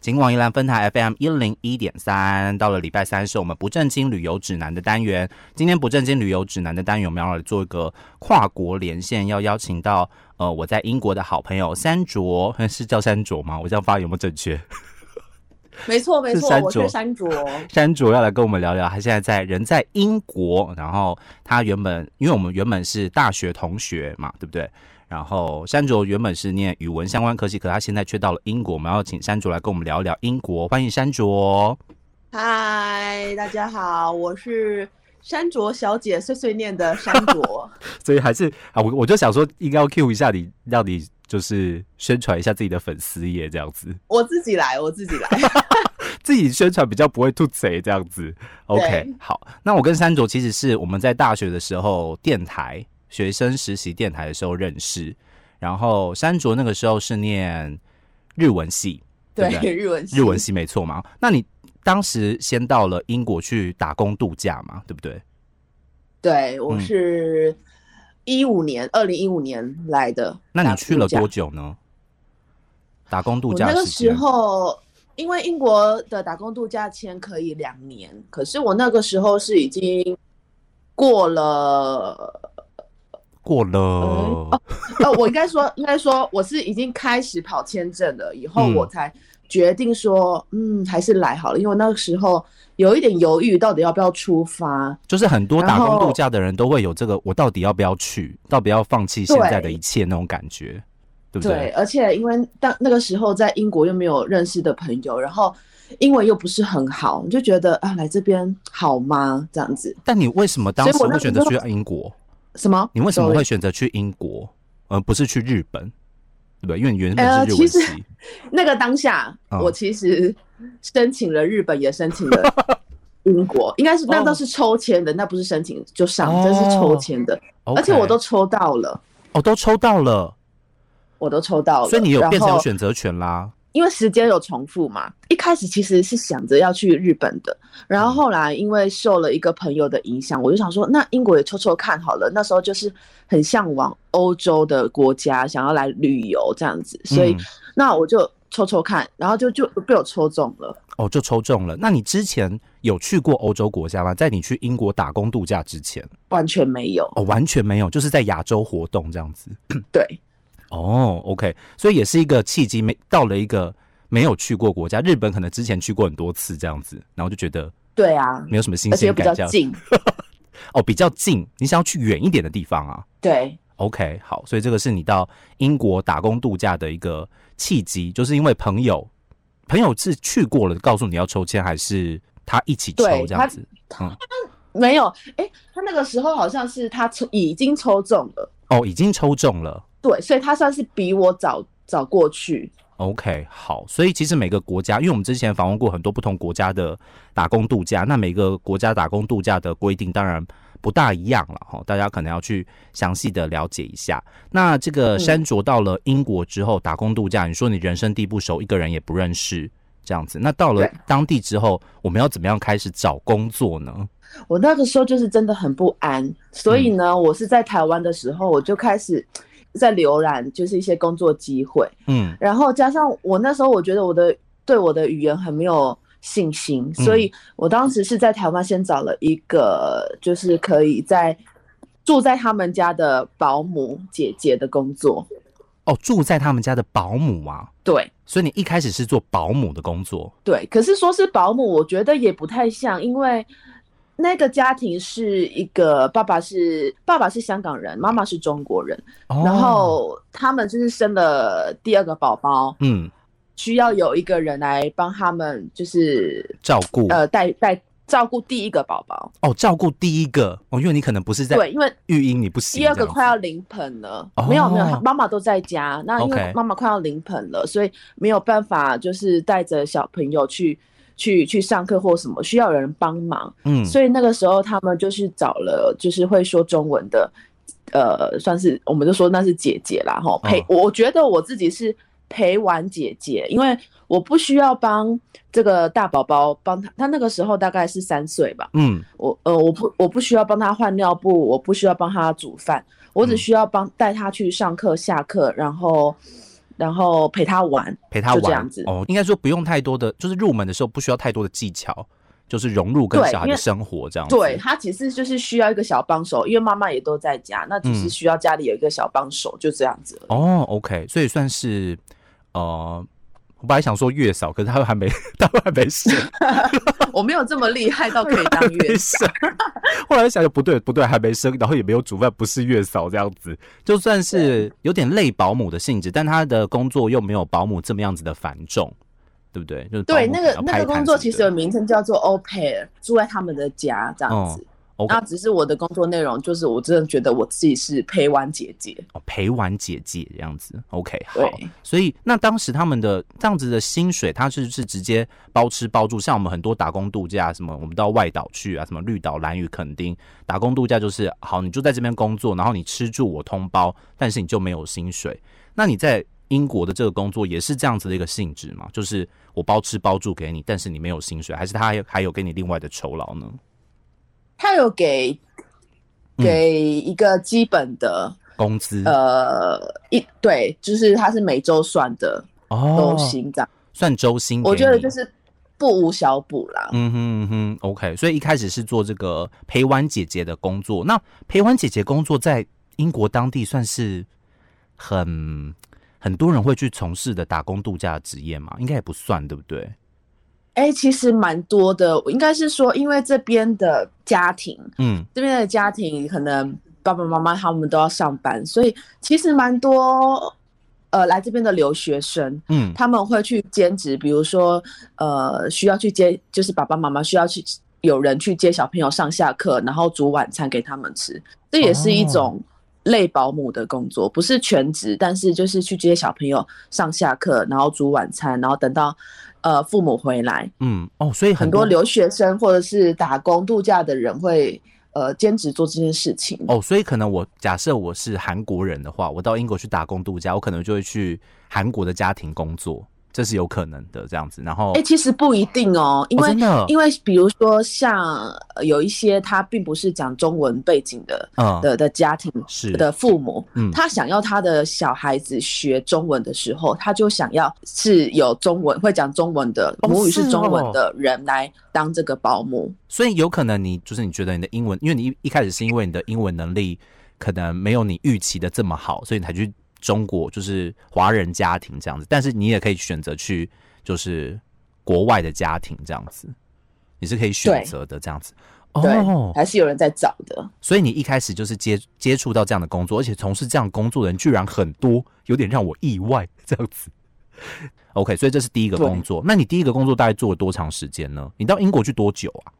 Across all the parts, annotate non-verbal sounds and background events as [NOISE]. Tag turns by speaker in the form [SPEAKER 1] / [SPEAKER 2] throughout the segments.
[SPEAKER 1] 尽管宜兰分台 FM 一零一点三。到了礼拜三是我们不正经旅游指南的单元。今天不正经旅游指南的单元，我们要来做一个跨国连线，要邀请到呃我在英国的好朋友山卓，是叫山卓吗？我这样发音有没有正确？ [LAUGHS]
[SPEAKER 2] 没错，没错，
[SPEAKER 1] 是山
[SPEAKER 2] 我
[SPEAKER 1] 卓
[SPEAKER 2] 是山卓。
[SPEAKER 1] 山卓要来跟我们聊聊，他现在在人在英国，然后他原本因为我们原本是大学同学嘛，对不对？然后山卓原本是念语文相关科系，可他现在却到了英国，我们要请山卓来跟我们聊一聊英国，欢迎山卓。
[SPEAKER 2] 嗨，大家好，我是山卓小姐碎碎念的
[SPEAKER 1] [LAUGHS]
[SPEAKER 2] 山卓。
[SPEAKER 1] 所以还是啊，我我就想说应该要 Q 一下你，让你就是宣传一下自己的粉丝页这样子，
[SPEAKER 2] 我自己来，我自己来。
[SPEAKER 1] 自己宣传比较不会吐贼这样子。OK，
[SPEAKER 2] 对
[SPEAKER 1] 好，那我跟山卓其实是我们在大学的时候电台学生实习电台的时候认识，然后山卓那个时候是念日文系， [LAUGHS] 对
[SPEAKER 2] 对
[SPEAKER 1] 不，对
[SPEAKER 2] 日文系，
[SPEAKER 1] 日文系没错嘛？那你当时先到了英国去打工度假嘛，对不对？
[SPEAKER 2] 对，我
[SPEAKER 1] 嗯
[SPEAKER 2] 是一五年，二零一五年来的。
[SPEAKER 1] 那你
[SPEAKER 2] 打
[SPEAKER 1] 去
[SPEAKER 2] 度
[SPEAKER 1] 了
[SPEAKER 2] 假
[SPEAKER 1] 多久呢？打工度
[SPEAKER 2] 我
[SPEAKER 1] 假
[SPEAKER 2] 那个
[SPEAKER 1] 时间
[SPEAKER 2] 时候，因为英国的打工度假签可以两年，可是我那个时候是已经过了
[SPEAKER 1] 过了。
[SPEAKER 2] 嗯呃，我应该说，应该说我是已经开始跑签证了，以后
[SPEAKER 1] 嗯
[SPEAKER 2] 我才决定说，嗯，还是来好了，因为我那个时候有一点犹豫，到底要不要出发。
[SPEAKER 1] 就是很多
[SPEAKER 2] 然
[SPEAKER 1] 打工
[SPEAKER 2] 后
[SPEAKER 1] 度假的人都会有这个，我到底要不要去？到底要放弃现在的
[SPEAKER 2] 对
[SPEAKER 1] 一切那种感觉，对不
[SPEAKER 2] 对，而且因为当那个时候在英国又没有认识的朋友，然后英文又不是很好，你就觉得啊，来这边好吗？这样子
[SPEAKER 1] 但你为什么当时
[SPEAKER 2] 所以我
[SPEAKER 1] 会
[SPEAKER 2] 那个时
[SPEAKER 1] 选
[SPEAKER 2] 候
[SPEAKER 1] 择去英国？
[SPEAKER 2] 什么？
[SPEAKER 1] 你为什么
[SPEAKER 2] Sorry
[SPEAKER 1] 会选择去英国，而不是去日本？对不对？因为你原本
[SPEAKER 2] 呃
[SPEAKER 1] 是日文
[SPEAKER 2] 其实
[SPEAKER 1] 系，
[SPEAKER 2] 那个当下，
[SPEAKER 1] 嗯
[SPEAKER 2] 我其实申请了日本，也申请了英国，应该是那
[SPEAKER 1] 哦
[SPEAKER 2] 都是抽签的，那不是申请就上
[SPEAKER 1] 哦，
[SPEAKER 2] 这是抽签的。
[SPEAKER 1] OK
[SPEAKER 2] 而且我都抽到了，
[SPEAKER 1] 哦都抽到了，
[SPEAKER 2] 我都抽到了。
[SPEAKER 1] 所以你有变成
[SPEAKER 2] 哦然
[SPEAKER 1] 有
[SPEAKER 2] 后
[SPEAKER 1] 选择权啦。
[SPEAKER 2] 因为时间有重复嘛。一开始其实是想着要去日本的，然后后来因为受了一个朋友的影响，我就想说，那英国也抽抽看好了。那时候就是很向往欧洲的国家，想要来旅游这样子，所以、
[SPEAKER 1] 嗯
[SPEAKER 2] 那我就抽抽看，然后就就被我抽中了。
[SPEAKER 1] 哦，就抽中了。那你之前有去过欧洲国家吗？在你去英国打工度假之前，
[SPEAKER 2] 完全没有，
[SPEAKER 1] 哦，完全没有，就是在亚洲活动这样子。
[SPEAKER 2] 对，
[SPEAKER 1] 哦，OK，所以也是一个契机，没到了一个没有去过国家，日本可能之前去过很多次这样子，然后就觉得
[SPEAKER 2] 对啊，
[SPEAKER 1] 没有什么新
[SPEAKER 2] 而且
[SPEAKER 1] 鲜
[SPEAKER 2] 又比
[SPEAKER 1] 感，
[SPEAKER 2] 较
[SPEAKER 1] 这样
[SPEAKER 2] 近，
[SPEAKER 1] [LAUGHS] 哦，比较近，你想要去远一点的地方啊
[SPEAKER 2] 对，
[SPEAKER 1] ，OK，好，所以这个是你到英国打工度假的一个契机，就是因为朋友，朋友是去过了，告诉你要抽签，还是他一起抽
[SPEAKER 2] 对
[SPEAKER 1] 这
[SPEAKER 2] 他
[SPEAKER 1] 样子？嗯，
[SPEAKER 2] 没有，哎、他那个时候好像是他抽已经抽中了，
[SPEAKER 1] 哦，已经抽中了。
[SPEAKER 2] 对，所以他算是比我早早过去，
[SPEAKER 1] OK，好，所以其实每个国家，因为我们之前访问过很多不同国家的打工度假，那每个国家打工度假的规定当然不大一样了哈，大家可能要去详细的了解一下。那这个
[SPEAKER 2] 嗯
[SPEAKER 1] 山卓到了英国之后打工度假，你说你人生地不熟，一个人也不认识这样子，那到了
[SPEAKER 2] 对
[SPEAKER 1] 当地之后，我们要怎么样开始找工作呢？
[SPEAKER 2] 我那个时候就是真的很不安，所以呢，我是在台湾的时候，我就开始在浏览，就是一些工作机会，
[SPEAKER 1] 嗯
[SPEAKER 2] 然后加上我那时候我觉得我的对我的语言很没有信心，
[SPEAKER 1] 嗯
[SPEAKER 2] 所以我当时是在台湾先找了一个就是可以在住在他们家的保姆姐姐的工作，
[SPEAKER 1] 哦，住在他们家的保姆啊，
[SPEAKER 2] 对。
[SPEAKER 1] 所以你一开始是做保姆的工作，
[SPEAKER 2] 对，可是说是保姆，我觉得也不太像，因为那个家庭是一个爸爸是爸爸是香港人，妈妈是中国人，
[SPEAKER 1] 哦
[SPEAKER 2] 然后他们就是生了第二个宝宝，
[SPEAKER 1] 嗯，
[SPEAKER 2] 需要有一个人来帮他们，就是
[SPEAKER 1] 照顾
[SPEAKER 2] 呃带带照顾第一个宝宝。
[SPEAKER 1] 哦，照顾第一个哦，因为你可能不是在
[SPEAKER 2] 对，因为
[SPEAKER 1] 育婴，你不行。
[SPEAKER 2] 第二个
[SPEAKER 1] 这样子
[SPEAKER 2] 快要临盆了，
[SPEAKER 1] 哦
[SPEAKER 2] 没有没有，他妈妈都在家。那因
[SPEAKER 1] OK
[SPEAKER 2] 为妈妈快要临盆了，所以没有办法，就是带着小朋友去去去上课或什么，需要有人帮忙。
[SPEAKER 1] 嗯，
[SPEAKER 2] 所以那个时候他们就是找了，就是会说中文的，呃，算是我们就说那是姐姐啦，哈，陪、我觉得我自己是陪玩姐姐，因为我不需要帮这个大宝宝帮他，他那个时候大概是三岁吧，
[SPEAKER 1] 嗯
[SPEAKER 2] 我呃我不我不需要帮他换尿布，我不需要帮他煮饭，我只需要帮带他去上课、下课，然后然后陪他玩，
[SPEAKER 1] 陪他
[SPEAKER 2] 就这
[SPEAKER 1] 玩
[SPEAKER 2] 样子
[SPEAKER 1] 哦，应该说不用太多的，就是入门的时候不需要太多的技巧，就是融入跟
[SPEAKER 2] 对
[SPEAKER 1] 小孩
[SPEAKER 2] 因
[SPEAKER 1] 的
[SPEAKER 2] 为
[SPEAKER 1] 生活这样子。
[SPEAKER 2] 对他只是就是需要一个小帮手，因为妈妈也都在家，那只是需要家里有一个小帮手，就这样子。
[SPEAKER 1] 哦，OK，所以算是呃，我本来想说月嫂，可是他们还没， [LAUGHS] 他们还没生，
[SPEAKER 2] [LAUGHS] 我没有这么厉害到可以当
[SPEAKER 1] 没
[SPEAKER 2] 月嫂，
[SPEAKER 1] 生。后来想想不对不对，还没生，然后也没有煮饭，不是月嫂这样子，就算是有点类保姆的性质，但他的工作又没有保姆这么样子的繁重，对不 [LAUGHS] 对？就是保
[SPEAKER 2] 对
[SPEAKER 1] 姆
[SPEAKER 2] 那
[SPEAKER 1] 可
[SPEAKER 2] 个
[SPEAKER 1] 能要
[SPEAKER 2] 那
[SPEAKER 1] 拍
[SPEAKER 2] 个
[SPEAKER 1] 摊
[SPEAKER 2] 工作
[SPEAKER 1] 什么
[SPEAKER 2] 其
[SPEAKER 1] 的
[SPEAKER 2] 实有名称叫做 au pair，住在他们的家这样子。
[SPEAKER 1] OK
[SPEAKER 2] 那只是我的工作内容，就是我真的觉得我自己是陪玩姐姐，
[SPEAKER 1] 哦，陪玩姐姐这样子，OK，好
[SPEAKER 2] 对。
[SPEAKER 1] 所以那当时他们的这样子的薪水，他是是直接包吃包住，像我们很多打工度假，什么我们到外岛去啊，什么绿岛、蓝屿、垦丁，打工度假就是好，你就在这边工作，然后你吃住我通包，但是你就没有薪水。那你在英国的这个工作也是这样子的一个性质嘛？就是我包吃包住给你，但是你没有薪水，还是他还有还有给你另外的酬劳呢？
[SPEAKER 2] 他有给
[SPEAKER 1] 嗯
[SPEAKER 2] 给一个基本的、
[SPEAKER 1] 工资、
[SPEAKER 2] 呃一对，就是他是每周算的
[SPEAKER 1] 哦
[SPEAKER 2] 周，薪这样，
[SPEAKER 1] 算周薪给你，
[SPEAKER 2] 我觉得就是不无小补啦。
[SPEAKER 1] 嗯哼嗯哼，OK。所以一开始是做这个陪玩姐姐的工作。那陪玩姐姐工作在英国当地算是很很多人会去从事的打工度假的职业嘛？应该也不算，对不对？
[SPEAKER 2] 哎、其实蛮多的，应该是说，因为这边的家庭，
[SPEAKER 1] 嗯，
[SPEAKER 2] 这边的家庭可能爸爸妈妈他们都要上班，所以其实蛮多呃来这边的留学生，
[SPEAKER 1] 嗯，
[SPEAKER 2] 他们会去兼职，比如说呃需要去接，就是爸爸妈妈需要去有人去接小朋友上下课，然后煮晚餐给他们吃，这也是一
[SPEAKER 1] 哦
[SPEAKER 2] 种类保姆的工作，不是全职，但是就是去接小朋友上下课，然后煮晚餐，然后等到呃父母回来，
[SPEAKER 1] 嗯，哦，所以
[SPEAKER 2] 很多留学生或者是打工度假的人会呃兼职做这件事情。
[SPEAKER 1] 哦，所以可能我假设我是韩国人的话，我到英国去打工度假，我可能就会去韩国的家庭工作，这是有可能的这样子。然后，
[SPEAKER 2] 哎、其实不一定哦，因
[SPEAKER 1] 哦
[SPEAKER 2] 为、
[SPEAKER 1] 真的
[SPEAKER 2] 因为比如说像呃有一些他并不是讲中文背景的
[SPEAKER 1] 嗯，
[SPEAKER 2] 的的家庭
[SPEAKER 1] 是
[SPEAKER 2] 的父母，
[SPEAKER 1] 嗯
[SPEAKER 2] 他想要他的小孩子学中文的时候，他就想要是有中文会讲中文的
[SPEAKER 1] 哦
[SPEAKER 2] 母语是
[SPEAKER 1] 是
[SPEAKER 2] 中文
[SPEAKER 1] 哦
[SPEAKER 2] 的人来当这个保姆。
[SPEAKER 1] 所以有可能你就是你觉得你的英文，因为你一一开始是因为你的英文能力可能没有你预期的这么好，所以你才去中国就是华人家庭这样子。但是你也可以选择去就是国外的家庭这样子，你是可以选择的这样子。哦
[SPEAKER 2] 对，，还是有人在找的。
[SPEAKER 1] 所以你一开始就是接接触到这样的工作，而且从事这样工作的人居然很多，有点让我意外这样子。OK，所以这是第一个
[SPEAKER 2] 对
[SPEAKER 1] 工作。那你第一个工作大概做了多长时间呢？你到英国去多久啊？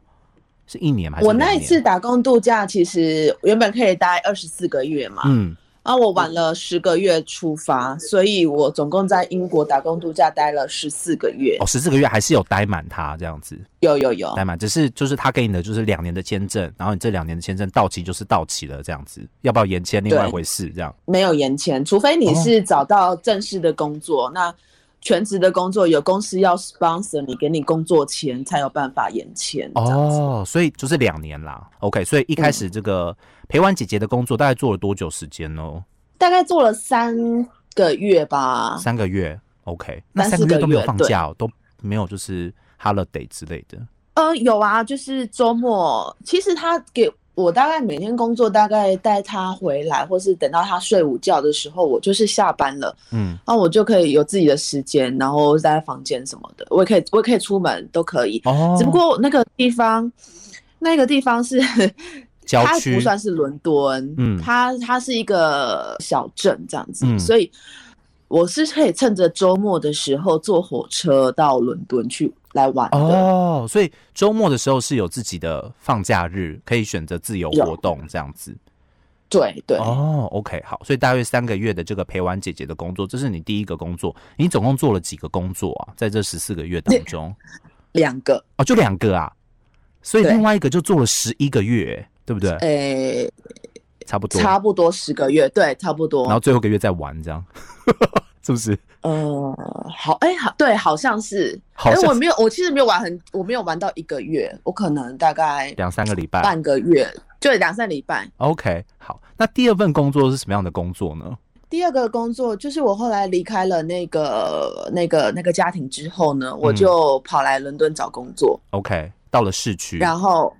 [SPEAKER 1] 是一年还是
[SPEAKER 2] 我
[SPEAKER 1] 两
[SPEAKER 2] 那一
[SPEAKER 1] 年
[SPEAKER 2] 次打工度假，其实原本可以待二十四个月嘛，
[SPEAKER 1] 嗯，
[SPEAKER 2] 啊，我晚了十个月出发，所以我总共在英国打工度假待了十四个月
[SPEAKER 1] 哦，。十四个月还是有待满它这样子，
[SPEAKER 2] 有有有，
[SPEAKER 1] 待满，只是就是他给你的就是两年的签证，然后你这两年的签证到期就是到期了这样子，要不要延签另外一
[SPEAKER 2] 对
[SPEAKER 1] 回事这样。
[SPEAKER 2] 没有延签，除非
[SPEAKER 1] 哦
[SPEAKER 2] 你是找到正式的工作，那全职的工作有公司要 sponsor 你，给你工作签才有办法延签。这样子，嗯
[SPEAKER 1] 哦，所以就是两年啦。OK，所以一开始这个陪玩姐姐的工作大概做了多久时间呢？
[SPEAKER 2] 大概做了三个月吧。
[SPEAKER 1] 三个月，OK，那
[SPEAKER 2] 啊三
[SPEAKER 1] 三个
[SPEAKER 2] 四
[SPEAKER 1] 月
[SPEAKER 2] 个
[SPEAKER 1] 都没有
[SPEAKER 2] 月
[SPEAKER 1] 放
[SPEAKER 2] 对
[SPEAKER 1] 假、哦，都没有就是 holiday 之类的。
[SPEAKER 2] 呃，有啊，就是周末，其实他给我大概每天工作，大概带他回来，或是等到他睡午觉的时候，我就是下班了。
[SPEAKER 1] 嗯，
[SPEAKER 2] 那我就可以有自己的时间，然后待在房间什么的，我也可以，我也可以出门，都可以。
[SPEAKER 1] 哦，
[SPEAKER 2] 只不过那个地方，那个地方
[SPEAKER 1] [LAUGHS]
[SPEAKER 2] 是
[SPEAKER 1] 郊
[SPEAKER 2] 它
[SPEAKER 1] 区
[SPEAKER 2] 不算是伦敦，
[SPEAKER 1] 嗯
[SPEAKER 2] 它它是一个小镇这样子，
[SPEAKER 1] 嗯
[SPEAKER 2] 所以我是可以趁着周末的时候坐火车到伦敦去来玩的。
[SPEAKER 1] 哦，所以周末的时候是有自己的放假日，可以选择自由
[SPEAKER 2] 有
[SPEAKER 1] 活动这样子。
[SPEAKER 2] 对对，
[SPEAKER 1] 哦，OK，好，所以大约三个月的这个陪玩姐姐的工作，这是你第一个工作。你总共做了几个工作啊？在这十四个月当中，
[SPEAKER 2] 两个，
[SPEAKER 1] 哦，就两个啊，所以
[SPEAKER 2] 对
[SPEAKER 1] 另外一个就做了十一个月，对不对？
[SPEAKER 2] 诶、
[SPEAKER 1] 差不多。
[SPEAKER 2] 差不多十个月，对，差不
[SPEAKER 1] 然后
[SPEAKER 2] 多。
[SPEAKER 1] 最后一个月再玩，这样 [LAUGHS] 是不是？
[SPEAKER 2] 呃，好，哎、好，对，好像是，
[SPEAKER 1] 好像
[SPEAKER 2] 哎
[SPEAKER 1] 是
[SPEAKER 2] 我没有，我其实没有玩很，我没有玩到一个月，我可能大概
[SPEAKER 1] 两三个礼拜。
[SPEAKER 2] 半个月，就两三礼拜。
[SPEAKER 1] OK，好。那第二份工作是什么样的工作呢？
[SPEAKER 2] 第二个工作就是我后来离开了那个那个那个家庭之后呢，我
[SPEAKER 1] 嗯
[SPEAKER 2] 就跑来伦敦找工作，
[SPEAKER 1] OK，到了市区，
[SPEAKER 2] 然后。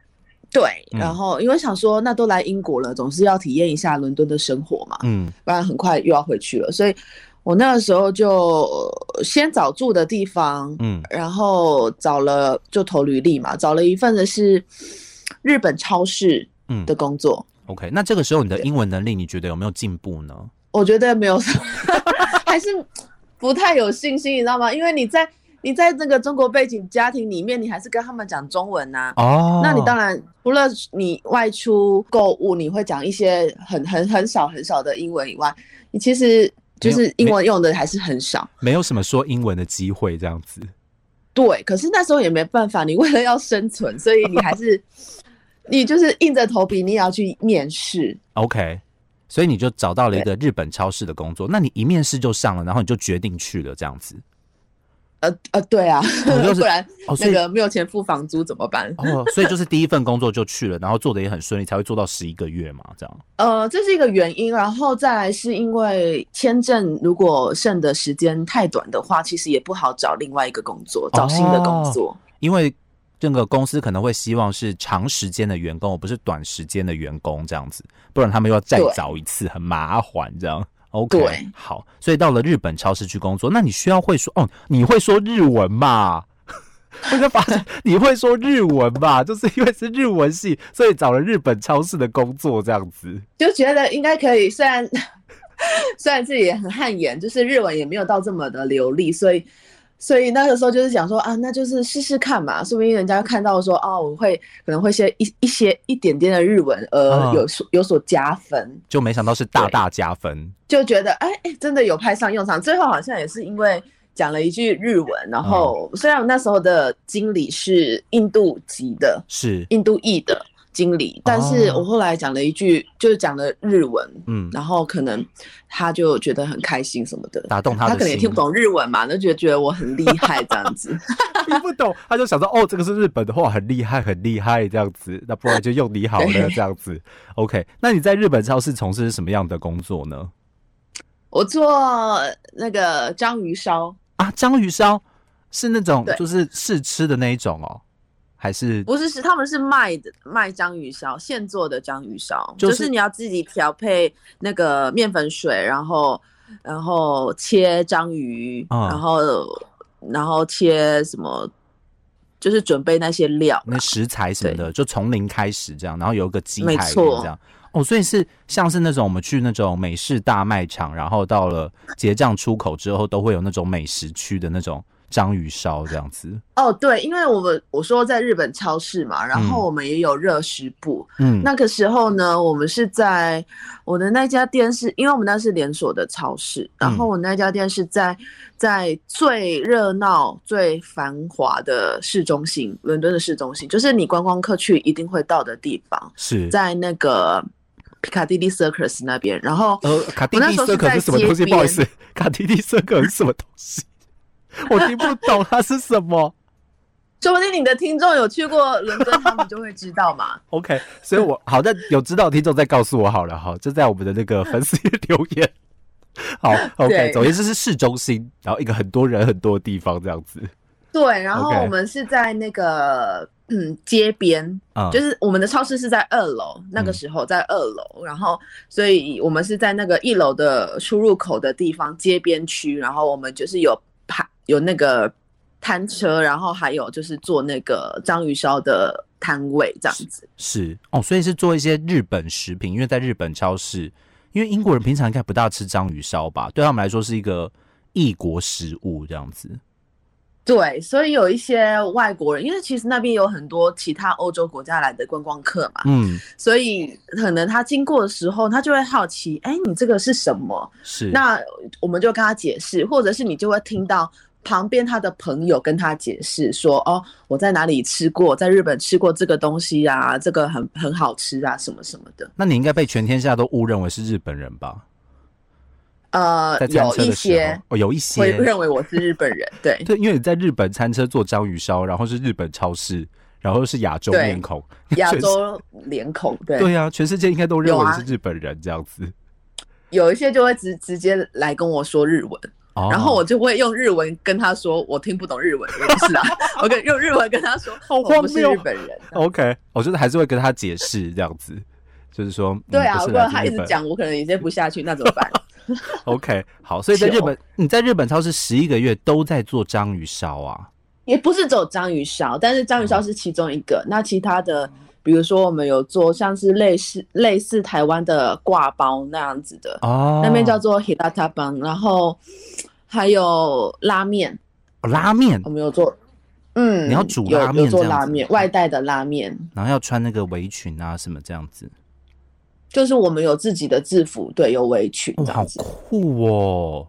[SPEAKER 2] 对，
[SPEAKER 1] 嗯
[SPEAKER 2] 然后因为想说，那都来英国了，总是要体验一下伦敦的生活嘛，
[SPEAKER 1] 嗯
[SPEAKER 2] 不然很快又要回去了。所以我那个时候就呃先找住的地方，
[SPEAKER 1] 嗯
[SPEAKER 2] 然后找了就投履历嘛，找了一份的是日本超市
[SPEAKER 1] 嗯
[SPEAKER 2] 的工作，
[SPEAKER 1] ，OK。那这个时候你的英文能力，你觉得有没有进步呢？
[SPEAKER 2] 我觉得没有什么， [LAUGHS] 还是不太有信心，你知道吗？因为你在你在那个中国背景家庭里面，你还是跟他们讲中文呐、
[SPEAKER 1] 哦，
[SPEAKER 2] 那你当然除了你外出购物，你会讲一些很很很少很少的英文以外，你其实就是英文用的还是很少。
[SPEAKER 1] 没有什么说英文的机会，这样子。
[SPEAKER 2] 对，可是那时候也没办法，你为了要生存，所以你
[SPEAKER 1] [LAUGHS]
[SPEAKER 2] 还是你就是硬着头皮，你也要去面试。
[SPEAKER 1] OK，所以你就找到了一个日本超市的工作，那你一面试就上了，然后你就决定去了这样
[SPEAKER 2] [LAUGHS]
[SPEAKER 1] 子。
[SPEAKER 2] 呃呃，对啊，
[SPEAKER 1] 哦就是
[SPEAKER 2] [LAUGHS] 不然
[SPEAKER 1] 哦，所
[SPEAKER 2] 那
[SPEAKER 1] 以、
[SPEAKER 2] 个没有钱付房租怎么办？
[SPEAKER 1] 哦，所以就是第一份工作就去了，然后做的也很顺利，才会做到十一个月嘛，这样。
[SPEAKER 2] 呃，这是一个原因，然后再来是因为签证如果剩的时间太短的话，其实也不好找另外一个工作，找新的工作。
[SPEAKER 1] 因为这个公司可能会希望是长时间的员工，而不是短时间的员工这样子，不然他们又要再
[SPEAKER 2] 对
[SPEAKER 1] 找一次，很麻烦这样。OK，
[SPEAKER 2] 对
[SPEAKER 1] 好，所以到了日本超市去工作，那你需要会说哦，你会说日文嘛？ [LAUGHS] 我就发现你会说日文吧，就是因为是日文系，所以找了日本超市的工作这样子。
[SPEAKER 2] 就觉得应该可以，虽然 [LAUGHS] 虽然自己也很汗颜，就是日文也没有到这么的流利，所以所以那个时候就是想说啊，那就是试试看嘛，说不定人家看到说哦，我会可能会些一一些一点点的日文，
[SPEAKER 1] 嗯
[SPEAKER 2] 呃，有所有所加分，
[SPEAKER 1] 就没想到是大
[SPEAKER 2] 对
[SPEAKER 1] 大加分，
[SPEAKER 2] 就觉得哎哎，真的有派上用场。最后好像也是因为讲了一句日文，然后虽然我那时候的经理是印度籍的，
[SPEAKER 1] 是
[SPEAKER 2] 印度裔的经理，但是我后来讲了一句，就是讲了日文，
[SPEAKER 1] 嗯，
[SPEAKER 2] 然后可能他就觉得很开心什么的，
[SPEAKER 1] 打动他
[SPEAKER 2] 他
[SPEAKER 1] 的心。
[SPEAKER 2] 可能也听不懂日文嘛，那就觉得我很厉害这
[SPEAKER 1] [LAUGHS]
[SPEAKER 2] 样子。
[SPEAKER 1] 听不懂，他就想说哦，这个是日本的话，很厉害，很厉害这样子，那不然就用你好了
[SPEAKER 2] [LAUGHS] 对
[SPEAKER 1] 这样子。OK，那你在日本超市从事什么样的工作呢？
[SPEAKER 2] 我做那个章鱼烧，
[SPEAKER 1] 啊，章鱼烧是那种
[SPEAKER 2] 对
[SPEAKER 1] 就是试吃的那一种哦，还是
[SPEAKER 2] 不是是他们是卖的卖章鱼烧，现做的章鱼烧，
[SPEAKER 1] 就
[SPEAKER 2] 就是是你要自己调配那个面粉水，然后然后切章鱼，
[SPEAKER 1] 啊
[SPEAKER 2] 然后然后切什么，就是准备那些料啦
[SPEAKER 1] 那食材什么的，就从零开始这样，然后有一个机
[SPEAKER 2] 没
[SPEAKER 1] 台
[SPEAKER 2] 错
[SPEAKER 1] 这样。哦，所以是像是那种我们去那种美式大卖场，然后到了结账出口之后，都会有那种美食区的那种章鱼烧这样子。
[SPEAKER 2] 哦，对，因为我们我说在日本超市嘛，然
[SPEAKER 1] 嗯
[SPEAKER 2] 后我们也有热食部。
[SPEAKER 1] 嗯，
[SPEAKER 2] 那个时候呢，我们是在我的那家店是，因为我们那是连锁的超市，
[SPEAKER 1] 嗯
[SPEAKER 2] 然后我那家店是在在最热闹、最繁华的市中心，伦敦的市中心，就是你观光客去一定会到的地方，
[SPEAKER 1] 是
[SPEAKER 2] 在那个皮卡迪利 Circus 那边。然后
[SPEAKER 1] 呃，卡蒂
[SPEAKER 2] 我那
[SPEAKER 1] 蒂
[SPEAKER 2] 时候
[SPEAKER 1] 社
[SPEAKER 2] 是
[SPEAKER 1] 可
[SPEAKER 2] 在
[SPEAKER 1] 是什么
[SPEAKER 2] 街
[SPEAKER 1] 东西？不好意
[SPEAKER 2] 边
[SPEAKER 1] 思，卡蒂蒂社可是什么东西？我听不懂它是什么。
[SPEAKER 2] 说不定你的听众有去过伦敦，他们就会知
[SPEAKER 1] [LAUGHS]
[SPEAKER 2] 道嘛。
[SPEAKER 1] OK，所以我好，那有知道的听众再告诉我好了哈，就在我们的那个粉 [LAUGHS] 丝页留言。好，OK，
[SPEAKER 2] 对
[SPEAKER 1] 总而言之是市中心，然后一个很多人很多的地方这样子。
[SPEAKER 2] 对，然后
[SPEAKER 1] OK
[SPEAKER 2] 我们是在那个嗯街边，
[SPEAKER 1] 嗯，
[SPEAKER 2] 就是我们的超市是在二楼，那个时候在二
[SPEAKER 1] 嗯
[SPEAKER 2] 楼，然后所以我们是在那个一楼的出入口的地方街边区，然后我们就是有排有那个摊车，然后还有就是做那个章鱼烧的摊位这样子。
[SPEAKER 1] 是哦，所以是做一些日本食品，因为在日本超市，因为英国人平常应该不大吃章鱼烧吧，对他们来说是一个异国食物这样子。
[SPEAKER 2] 对，所以有一些外国人，因为其实那边有很多其他欧洲国家来的观光客嘛，
[SPEAKER 1] 嗯，
[SPEAKER 2] 所以可能他经过的时候，他就会好奇，哎，你这个是什么？
[SPEAKER 1] 是
[SPEAKER 2] 那我们就跟他解释，或者是你就会听到旁边他的朋友跟他解释说：“哦，我在哪里吃过，在日本吃过这个东西啊，这个很很好吃啊，什么什么的。
[SPEAKER 1] 那你应该被全天下都误认为是日本人吧？”
[SPEAKER 2] 呃
[SPEAKER 1] 在，餐
[SPEAKER 2] 有
[SPEAKER 1] 车
[SPEAKER 2] 一
[SPEAKER 1] 的时
[SPEAKER 2] 些
[SPEAKER 1] 候，哦，有一
[SPEAKER 2] 会
[SPEAKER 1] 些
[SPEAKER 2] 认为我是日本人，对
[SPEAKER 1] 对，因为你在日本餐车做章鱼烧，然后是日本超市，然后是亚洲
[SPEAKER 2] 对
[SPEAKER 1] 面孔，
[SPEAKER 2] 亚
[SPEAKER 1] 确实
[SPEAKER 2] 洲脸孔，对
[SPEAKER 1] 对啊，全世界应该都认
[SPEAKER 2] 有
[SPEAKER 1] 为
[SPEAKER 2] 啊
[SPEAKER 1] 你是日本人这样子。
[SPEAKER 2] 有一些就会直直接来跟我说日文，
[SPEAKER 1] 哦
[SPEAKER 2] 啊然后我就会用日文跟他说我听不懂日文，我不
[SPEAKER 1] [LAUGHS]
[SPEAKER 2] 是啊，我跟用日文跟他说哦
[SPEAKER 1] 好
[SPEAKER 2] 我
[SPEAKER 1] 荒
[SPEAKER 2] 不是
[SPEAKER 1] 谬
[SPEAKER 2] 日本人。
[SPEAKER 1] OK，我就是还是会跟他解释这样子，就是说，嗯
[SPEAKER 2] 对啊，
[SPEAKER 1] 不
[SPEAKER 2] 如
[SPEAKER 1] 是
[SPEAKER 2] 果
[SPEAKER 1] 来自
[SPEAKER 2] 他
[SPEAKER 1] 日
[SPEAKER 2] 一直
[SPEAKER 1] 本
[SPEAKER 2] 讲，我可能也接不下去，那怎么办？
[SPEAKER 1] OK，好，所以在日
[SPEAKER 2] 糗
[SPEAKER 1] 本，你在日本超市十一个月都在做章鱼烧啊，
[SPEAKER 2] 也不是走章鱼烧，但是章鱼
[SPEAKER 1] 嗯
[SPEAKER 2] 烧是其中一个。那其他的，比如说我们有做像是类似类似台湾的挂包那样子的，
[SPEAKER 1] 哦，
[SPEAKER 2] 那边叫做 hirata b a n 然后还有拉面，
[SPEAKER 1] 哦拉面
[SPEAKER 2] 我，们有做，嗯，
[SPEAKER 1] 你要煮
[SPEAKER 2] 有
[SPEAKER 1] 拉面
[SPEAKER 2] 有做
[SPEAKER 1] 这样
[SPEAKER 2] 拉
[SPEAKER 1] 子
[SPEAKER 2] 面，外带的拉面，
[SPEAKER 1] 然后要穿那个围裙啊什么这样子，
[SPEAKER 2] 就是我们有自己的制服，对，有围裙
[SPEAKER 1] 哇、
[SPEAKER 2] 这
[SPEAKER 1] 哦好
[SPEAKER 2] 样子。
[SPEAKER 1] 酷哦，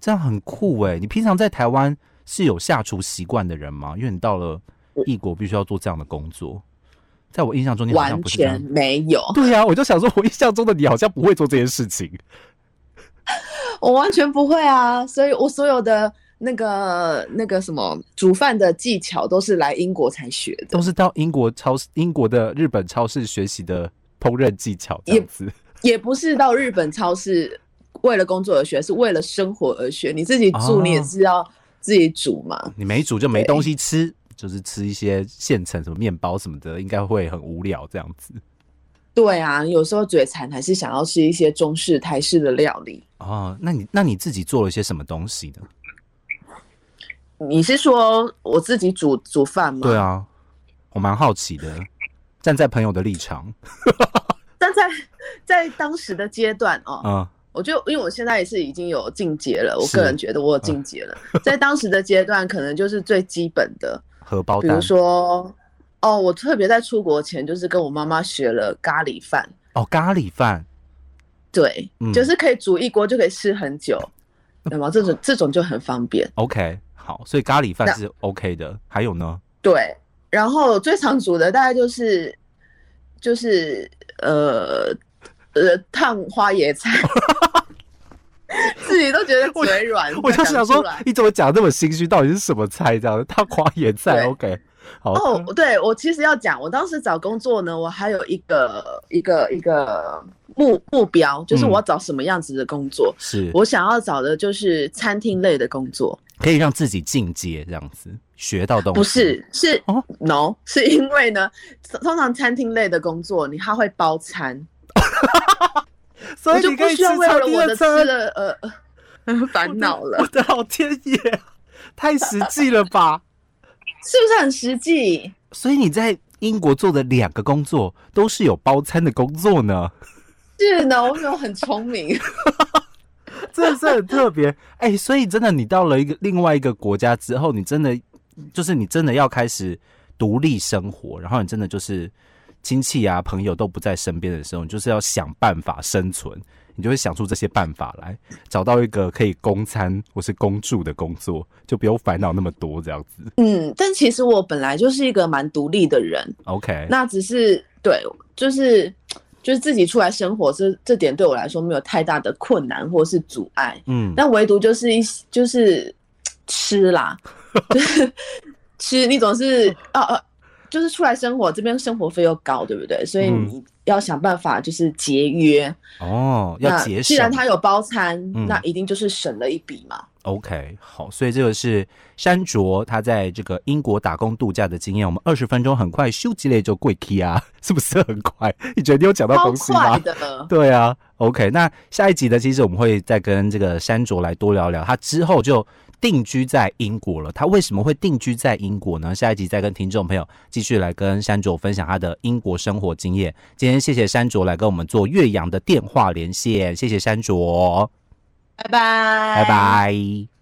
[SPEAKER 1] 这样很酷哎。你平常在台湾是有下厨习惯的人吗？因为你到了异国必须要做这样的工作，在我印象中你好像
[SPEAKER 2] 完
[SPEAKER 1] 不是这样
[SPEAKER 2] 全。没有，
[SPEAKER 1] 对呀、啊，我就想说，我印象中的你好像不会做这件事情。
[SPEAKER 2] 我完全不会啊，所以我所有的那个那个什么煮饭的技巧都是来英国才学的
[SPEAKER 1] 都，是到英国超市、英国的日本超市学习的烹饪技巧这样子。
[SPEAKER 2] 也不是到日本超市为了工作而学，是为了生活而学。你自己
[SPEAKER 1] 哦
[SPEAKER 2] 住，你也是要自己煮嘛。
[SPEAKER 1] [LAUGHS] 你没煮就没
[SPEAKER 2] 对
[SPEAKER 1] 东西吃，就是吃一些现成什么面包什么的，应该会很无聊这样子
[SPEAKER 2] 对啊，有时候嘴馋还是想要吃一些中式、台式的料理。
[SPEAKER 1] 哦。那你那你自己做了些什么东西呢？
[SPEAKER 2] 你是说我自己煮煮饭吗？
[SPEAKER 1] 对。啊，我蛮好奇的。站在朋友的立场，
[SPEAKER 2] 但在在当时的阶段哦，
[SPEAKER 1] 嗯，
[SPEAKER 2] 我就因为我现在也是已经有进阶了，我
[SPEAKER 1] 是啊
[SPEAKER 2] 个人觉得我有进阶了。在当时的阶段，可能就是最基本的，
[SPEAKER 1] 荷包
[SPEAKER 2] 比如
[SPEAKER 1] 蛋
[SPEAKER 2] 说，哦，我特别在出国前就是跟我妈妈学了咖喱饭，
[SPEAKER 1] 哦，咖喱饭
[SPEAKER 2] 对，
[SPEAKER 1] 嗯哦
[SPEAKER 2] 就是可以煮一锅就可以吃很久，那么这种这种就很方便。
[SPEAKER 1] ，OK，好，所以咖喱饭
[SPEAKER 2] 那
[SPEAKER 1] 是 OK 的。还有呢，
[SPEAKER 2] 对，然后我最常煮的大概就是就是呃呃烫花椰
[SPEAKER 1] [LAUGHS]
[SPEAKER 2] 菜，自己都觉得嘴软。
[SPEAKER 1] 我就
[SPEAKER 2] 快讲
[SPEAKER 1] 想
[SPEAKER 2] 出
[SPEAKER 1] 说
[SPEAKER 2] 来，
[SPEAKER 1] 你怎么讲得那么心虚？到底是什么菜？这样大花椰菜
[SPEAKER 2] 对
[SPEAKER 1] ，OK，好，
[SPEAKER 2] 哦，对我其实要讲，我当时找工作呢，我还有一个一个一个目目标，就是
[SPEAKER 1] 嗯
[SPEAKER 2] 我要找什么样子的工作。
[SPEAKER 1] 是
[SPEAKER 2] 我想要找的就是餐厅类的工作，
[SPEAKER 1] 可以让自己进阶这样子，学到东西。
[SPEAKER 2] 不是，是、
[SPEAKER 1] 哦
[SPEAKER 2] no，是因为呢，通通常餐厅类的工作，你他会包餐，
[SPEAKER 1] 所
[SPEAKER 2] 我就不需要为了我的吃的呃呃 [LAUGHS] 烦恼了
[SPEAKER 1] 我，的老天爷，太实际了吧！
[SPEAKER 2] 是不是很实际？
[SPEAKER 1] 所以你在英国做的两个工作都是有包餐的工作呢，
[SPEAKER 2] 是呢，我有很聪明，
[SPEAKER 1] 真的是很特别。哎、所以真的，你到了一个另外一个国家之后，你真的就是你真的要开始独立生活，然后你真的就是亲戚啊、朋友都不在身边的时候，你就是要想办法生存。你就会想出这些办法来，找到一个可以供餐或是供住的工作，就不用烦恼那么多这样子。
[SPEAKER 2] 嗯，但其实我本来就是一个蛮独立的人，
[SPEAKER 1] OK，
[SPEAKER 2] 那只是对，就是就是自己出来生活，这这点对我来说没有太大的困难或是阻碍，
[SPEAKER 1] 嗯，
[SPEAKER 2] 但唯独就是一就是吃
[SPEAKER 1] [LAUGHS]
[SPEAKER 2] 啦，就是吃，你总是啊啊，就是出来生活这边生活费又高，对不对？所以
[SPEAKER 1] 嗯
[SPEAKER 2] 你要想办法就是节约。
[SPEAKER 1] 哦，要
[SPEAKER 2] 那
[SPEAKER 1] 节
[SPEAKER 2] 既
[SPEAKER 1] 省。
[SPEAKER 2] 然他有包餐，
[SPEAKER 1] 嗯
[SPEAKER 2] 那一定就是省了一笔嘛。
[SPEAKER 1] OK，好，所以这个是山卓他在这个英国打工度假的经验。我们二十分钟很快休息了就贵 key 啊， [LAUGHS] 是不是很快？你觉得你有讲到
[SPEAKER 2] 超
[SPEAKER 1] 东西吗
[SPEAKER 2] 快？的，
[SPEAKER 1] [LAUGHS] 对啊，OK，那下一集呢，其实我们会再跟这个山卓来多聊聊，他之后就定居在英国了。他为什么会定居在英国呢？下一集再跟听众朋友继续来跟山卓分享他的英国生活经验。今天谢谢山卓来跟我们做岳阳的电话连线，谢谢山卓，
[SPEAKER 2] 拜拜，
[SPEAKER 1] 拜。拜